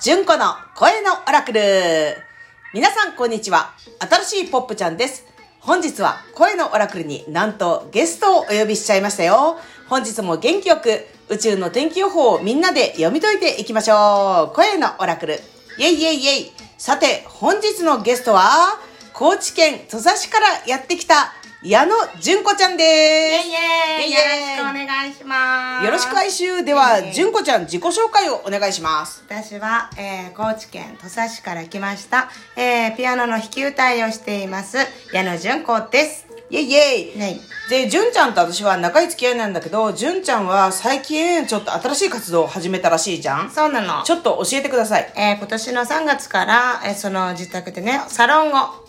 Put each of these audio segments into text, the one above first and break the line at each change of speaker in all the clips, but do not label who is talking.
純子の声のオラクル皆さんこんにちは新しいポップちゃんです本日は声のオラクルになんとゲストをお呼びしちゃいましたよ本日も元気よく宇宙の天気予報をみんなで読み解いていきましょう声のオラクルイェイイェイイェイさて本日のゲストは高知県土佐市からやってきた矢野純子ちゃん
イ
で
エ
す
イ
イ
イエイ
エイ
よろしくお願いします
よろしく
い
哀愁では、
ええ
純子ちゃん自己紹介をお願いします。
私は、えー、高知県土佐市から来ました、えー、ピアノの弾き歌いをしています矢野純子です
イェイイェイ、
ね
で、純ちゃんと私は長い付き合いなんだけど、純ちゃんは最近ちょっと新しい活動を始めたらしいじゃん
そうなの
ちょっと教えてください。
えー今年の3月から、えーその自宅でねサロンを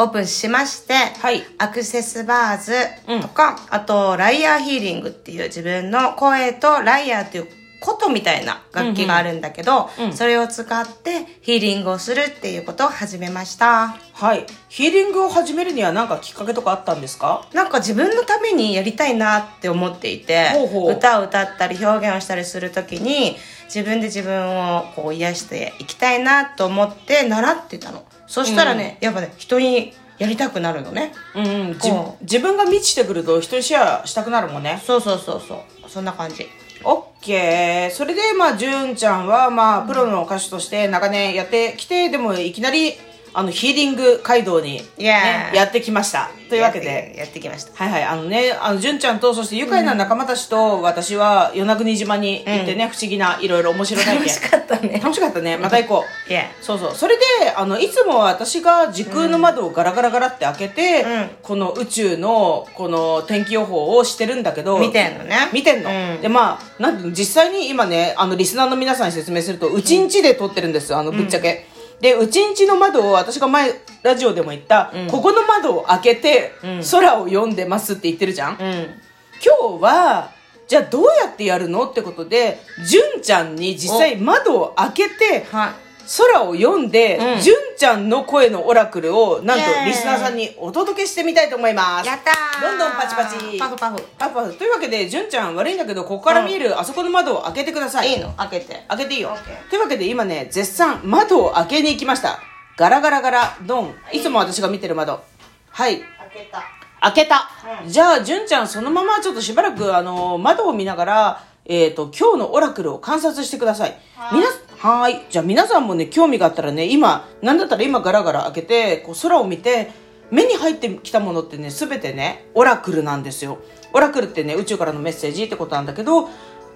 オープンしまして、
はい
アクセスバーズとか、あとライアーヒーリングっていう自分の声とライアーという琴みたいな楽器があるんだけど、それを使ってヒーリングをするっていうことを始めました
はい。ヒーリングを始めるには何かきっかけとかあったんですか
なんか自分のためにやりたいなって思っていて
ほうほう
歌を歌ったり表現をしたりするときに自分で自分をこう癒していきたいなと思って習ってたのそしたらね、やっぱね人にやりたくなるのね
うんうん、じ
こ
自分が満ちてくると人にシェアしたくなるもんね。
そうそうそうそうそんな感じ
オッケー。それで、まあ、純ちゃんは、まあ、プロの歌手として長年やってきて、でも、いきなり、あの、ヒーリング街道に、ね
Yeah
やってきました。というわけで、
やってきました
はいはい、あのね、あの、純ちゃんと、そして愉快な仲間たちと、私は、与那国島に行ってね、不思議ないろいろ面白い体験。
楽しかったね
楽しかったね。また行こう。
Yeah
そうそう。それで、あの、いつも私が時空の窓をガラガラガラって開けて、
うん
この宇宙の、この天気予報をしてるんだけど、
見てんのね
見てんの、
うん
でまあなんていうの実際に今ねあのリスナーの皆さんに説明するとうちんちで撮ってるんですあのぶっちゃけ、でうちんちの窓を私が前ラジオでも言った、ここの窓を開けて、空を読んでますって言ってるじゃん、
うん
今日はじゃあどうやってやるのってことで純ちゃんに実際窓を開けて
はい
空を読んで、
うん
純ちゃんの声のオラクルをなんと
イエーイ
リスナーさんにお届けしてみたいと思います
やったー
どんどんパチパチ
パフパフ
パフパフというわけで純ちゃん悪いんだけどここから見えるあそこの窓を開けてください、
いいの開けて
開けていいよ
オッケー
というわけで今ね絶賛窓を開けに行きましたガラガラガラドンいつも私が見てる窓はい
開けた
開けた、
うん
じゃあ純ちゃんそのままちょっとしばらくあの窓を見ながらえっ、と今日のオラクルを観察してください
はーい
みなはーいじゃあ皆さんもね興味があったらね今なんだったら今ガラガラ開けてこう空を見て目に入ってきたものってね全てねオラクルなんですよオラクルってね宇宙からのメッセージってことなんだけど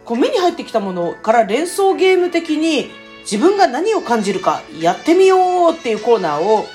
こう目に入ってきたものから連想ゲーム的に自分が何を感じるかやってみようっていうコーナーを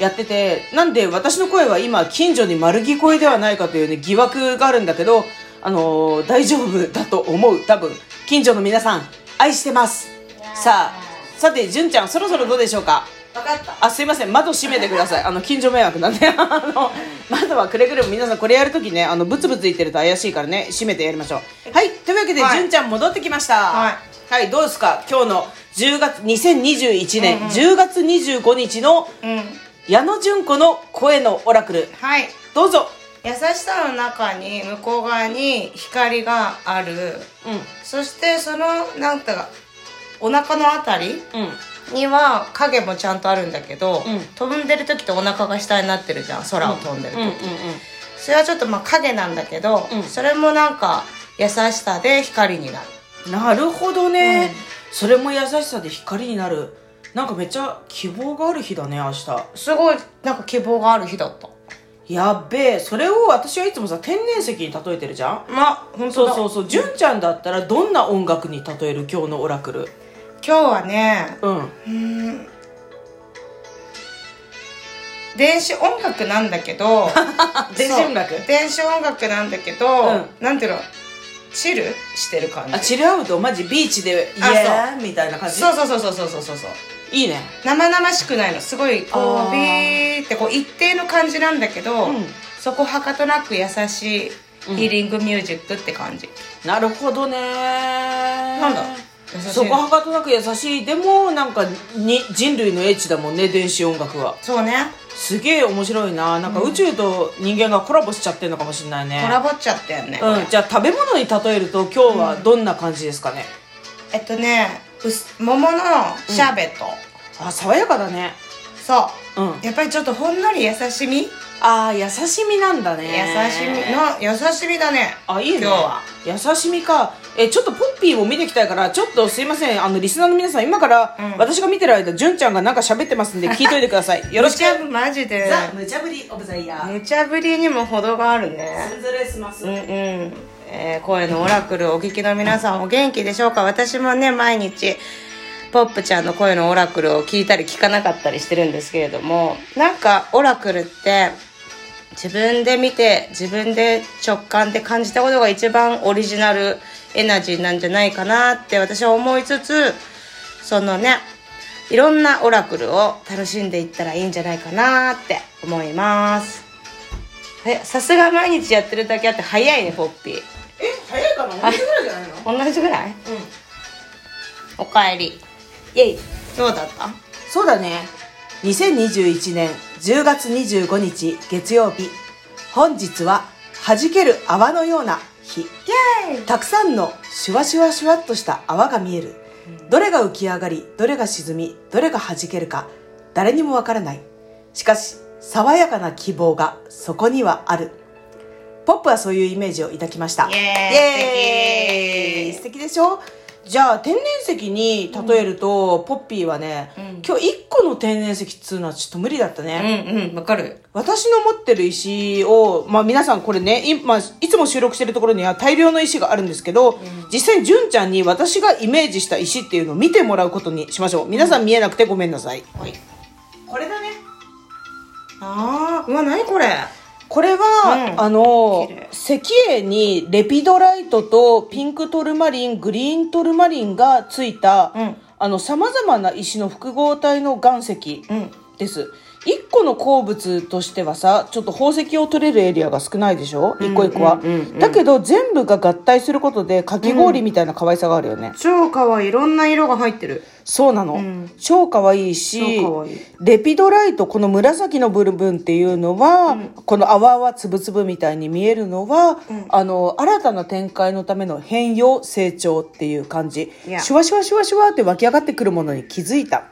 やってて、なんで私の声は今近所に丸聞こえではないかというね、疑惑があるんだけど、あのー大丈夫だと思う、多分。近所の皆さん、愛してます。さあ、さて、純ちゃん、そろそろどうでしょうか
分かった
あ、すいません、窓閉めてください。あの、近所迷惑なんで、 あの、窓はくれぐれも皆さんこれやるときね、あの、ブツブツ言ってると怪しいからね、閉めてやりましょう。はい、というわけで、
はい
純ちゃん戻ってきました。
はい
はい、どうですか今日の10月、2021年10月25日の
うん
矢野純子の声のオラクル
はい
どうぞ
優しさの中に向こう側に光がある
う
そしてそのなんかお腹のあたり
んうん
には影もちゃんとあるんだけど、
うん
飛んでる時ってお腹が下になってるじゃん空を飛んでる時、
うんうん
それはちょっとまあ影なんだけど、
うん
それもなんか優しさで光になる
うんなるほどね、
うん
それも優しさで光になるなんかめっちゃ希望がある日だね明日
すごいなんか希望がある日だった
やっべえそれを私はいつもさ天然石に例えてるじゃん
まあ本
そ
当
う
だ
そうそう純ちゃんだったらどんな音楽に例える今日のオラクル
今日はね
うん
うーん電子音楽なんだけど
電子音楽
そう電子音楽なんだけど、
う
なんていうのチルしてる感
あ
じ
チルアウトマジビーチでイエ
あ
ーみたいな感じ
そうそうそうそうそうそうそうそう
いいね
生々しくないのすごいこ
あー
うビーってこう一定の感じなんだけど、
うん
そこはかとなく優しい
うん
ヒーリングミュージックって感じ、
なるほどね
なんだ優しい
そこはかとなく優しいでもなんかに人類の英知だもんね電子音楽は
そうね
すげえ面白いななんか宇宙と人間がコラボしちゃってるのかもしれないね
コラボっちゃったよね、
うん、じゃあ食べ物に例えると今日はどんな感じですかね、
えっとねうす桃のシャーベット、
あ爽やかだね
そうう、
ん
やっぱりちょっとほんのり優しみ優し
ああ優しみなんだね
みの優しみだね
あいいね
今日は
優しみかえちょっとポッピーを見ていきたいからちょっとすいませんあのリスナーの皆さん今から、私が見てる間純ちゃんがなんか喋ってますんで聞いといてくださいよろしく
無茶ぶマジで
無茶ぶりオブザイヤ
無茶ぶりにも程があるね
ンズレスマス
うんうん、えー声のオラクルお聞きの皆さんお元気でしょうか私もね毎日ポップちゃんの声のオラクルを聞いたり聞かなかったりしてるんですけれどもなんかオラクルって自分で見て自分で直感で感じたことが一番オリジナルエナジーなんじゃないかなって私は思いつつそのねいろんなオラクルを楽しんでいったらいいんじゃないかなって思いますえさすが毎日やってるだけあって早いねポッピー
え早いかな同じぐらいじゃないの
同じぐらいうんおかえり
イエイ
どうだった
そうだね2021年10月25日月曜日本日は弾ける泡のような日
イエーイ
たくさんのシュワシュワシュワっとした泡が見えるどれが浮き上がりどれが沈みどれが弾けるか誰にもわからないしかし爽やかな希望がそこにはあるポップはそういうイメージを抱きました
イエーイ
イエーイ素敵でしょじゃあ天然石に例えると、ポッピーはね、今日1個の天然石っつうのはちょっと無理だったね、
うんうんわかる
私の持ってる石を、まあ、皆さんこれね今いつも収録してるところには大量の石があるんですけど、実際に純ちゃんに私がイメージした石っていうのを見てもらうことにしましょう皆さん見えなくてごめんなさい、
はい
これだね
あーうわ何これ
これは、
うん
あの
綺麗
石英にレピドライトとピンクトルマリングリーントルマリンがついた、
うん
あのさまざまな石の複合体の岩石
ん
です、一1個の鉱物としてはさちょっと宝石を取れるエリアが少ないでしょ一個一個は、
うんうんうんうん
だけど全部が合体することでかき氷みたいな可愛さがあるよね、
超かわいいいろんな色が入ってる
そうなの、超可愛いし
超可愛い
レピドライトこの紫の部分っていうのは、この泡々つぶつぶみたいに見えるのは、あの新たな展開のための変容成長っていう感じ
いや
シュワシュワシュワシュワって湧き上がってくるものに気づいた、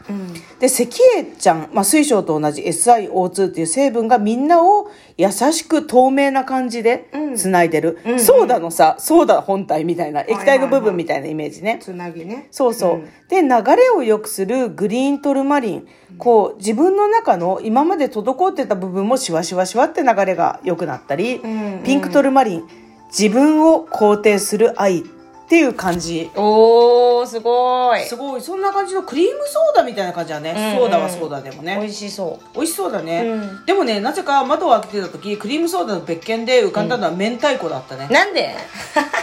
で石英ちゃん、まあ、水晶と同じ SiO2 っていう成分がみんなを優しく透明な感じでつないでる、ソーダのさソーダ本体みたいな液体の部分みたいなイメージね、
つなぎね
そうそう。で、流れを良くするグリーントルマリン。こう、自分の中の今まで滞ってた部分もシワシワシワって流れが良くなったり、
んうん
ピンクトルマリン。自分を肯定する愛っていう感じ。
おーすごい
すごい。そんな感じのクリームソーダみたいな感じだね。
んうん
ソーダはソーダでもね。
美味しそう
美味しそうだね、でもねなぜか窓を開けてた時クリームソーダの別件で浮かんだのは明太子だったね、
なんで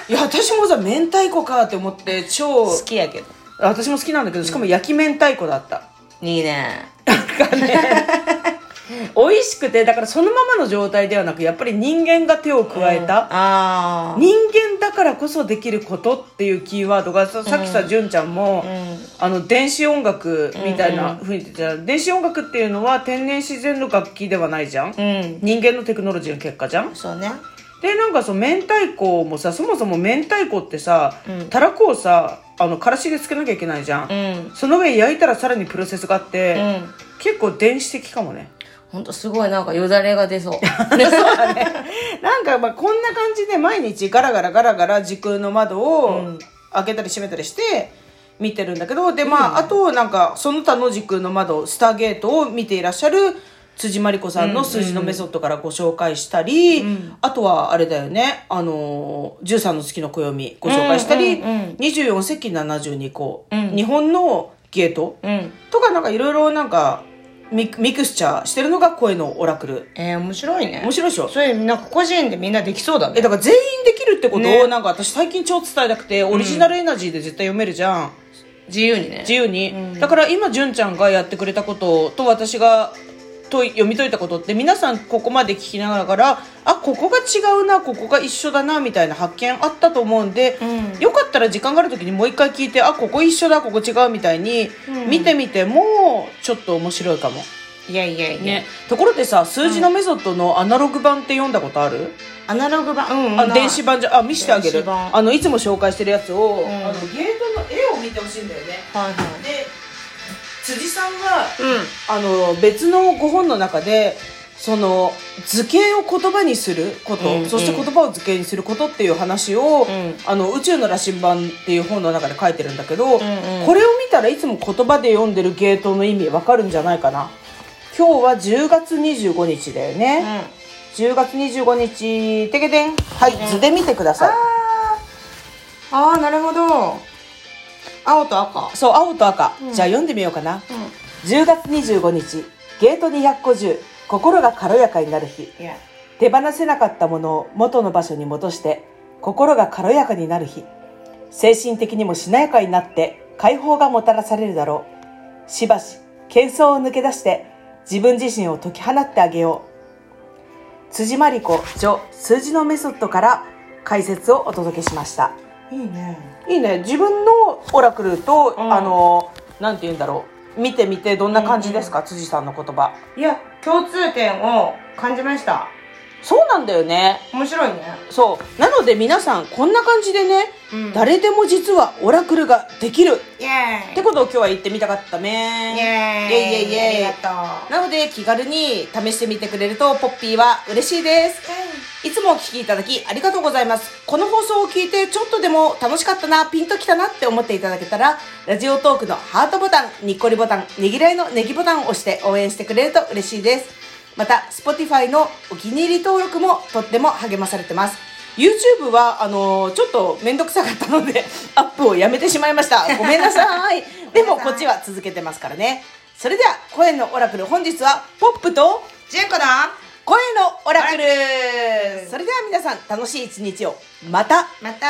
いや私もさ明太子かって思って超
好きやけど
私も好きなんだけどしかも焼き明太子だった、
いいね
なんかね美味しくてだからそのままの状態ではなくやっぱり人間が手を加えた、
ああ
人間だからこそできることっていうキーワードがささっきさ純、ちゃんも、あの電子音楽みたいなふうに言ってた、電子音楽っていうのは天然自然の楽器ではないじゃん、
うん
人間のテクノロジーの結果じゃん
そうね
でなんかその明太子もさそもそも明太子ってさ、たらこをさあのからしでつけなきゃいけないじゃん、
うん
その上焼いたらさらにプロセスがあって、
うん
結構電子的かもね
ほんとすごいなんかよだれが出 そう
なんかまあこんな感じで毎日ガラガラガラガラ時空の窓を開けたり閉めたりして見てるんだけどでまあ、あとなんかその他の時空の窓スターゲートを見ていらっしゃる辻真理子さんの数字のメソッドからご紹介したり、あとはあれだよね、あのー、13の月の暦ご紹介したり、
うんうんうん
24世紀72項、日本のゲート
うん
とかなんかいろいろなんかミミクスチャーしてるのが声のオラクル
えー、面白いね
面白いでしょ
それなんか個人でみんなできそうだ
え
ね
だから全員できるってことを、
ね
なんか私最近超伝えたくてオリジナルエナジーで絶対読めるじゃん、
自由にね
自由に、だから今純ちゃんがやってくれたことと私がと読み解いたことって皆さんここまで聞きながらあここが違うなここが一緒だなみたいな発見あったと思うんで、よかったら時間がある時にもう一回聞いてあここ一緒だここ違うみたいに見てみてもちょっと面白いかも。
いやいやいや、
ね、ところでさ数字のメソッドのアナログ版って読んだことある、
アナログ版うん
あ
ない
電子版じゃあ見せてあげ
電
る
子版
あのいつも紹介してるやつを、あの
ん
ゲートの絵を見てほしいんだよね
はいはい
で辻さんは
うん
あの別のご本の中でその図形を言葉にすること、
うん
そして言葉を図形にすることっていう話を「
ん
あの宇宙の羅針盤」っていう本の中で書いてるんだけど、
んうん
これを見たらいつも言葉で読んでるゲートの意味わかるんじゃないかな今日は10月25日だよね、
うん
10月25日てけてんはい、図で見てください
ああなるほど青と赤
そう青と赤、じゃあ読んでみようかな、10月25日ゲート250心が軽やかになる日
いや
手放せなかったものを元の場所に戻して心が軽やかになる日精神的にもしなやかになって解放がもたらされるだろうしばし喧騒を抜け出して自分自身を解き放ってあげよう辻真理子著数字のメソッドから解説をお届けしました
いいね
いいね自分のオラクルと、
うん
あのなんて言うんだろう見てみてどんな感じですか、辻さんの言葉
いや共通点を感じました
そうなんだよね
面白いね
そうなので皆さんこんな感じでね、
うん
誰でも実はオラクルができるっ
イエ
てことを今日は言ってみたかったね
イエーイ
イエイイエイイエイ
ありがと
なので気軽に試してみてくれるとポッピーは嬉しいですいつもお聞きいただきありがとうございます。この放送を聞いてちょっとでも楽しかったな、ピンときたなって思っていただけたら、ラジオトークのハートボタン、にっこりボタン、ねぎらいのネギボタンを押して応援してくれると嬉しいです。また、Spotify のお気に入り登録もとっても励まされてます。YouTube は、あのーちょっとめんどくさかったので、 アップをやめてしまいました。ごめんなさい。でも、こっちは続けてますからね。それでは、声のオラクル、本日は、ポップと、
ジェンコだ
声のオラクル
オラクル
それでは皆さん楽しい一日をまた
また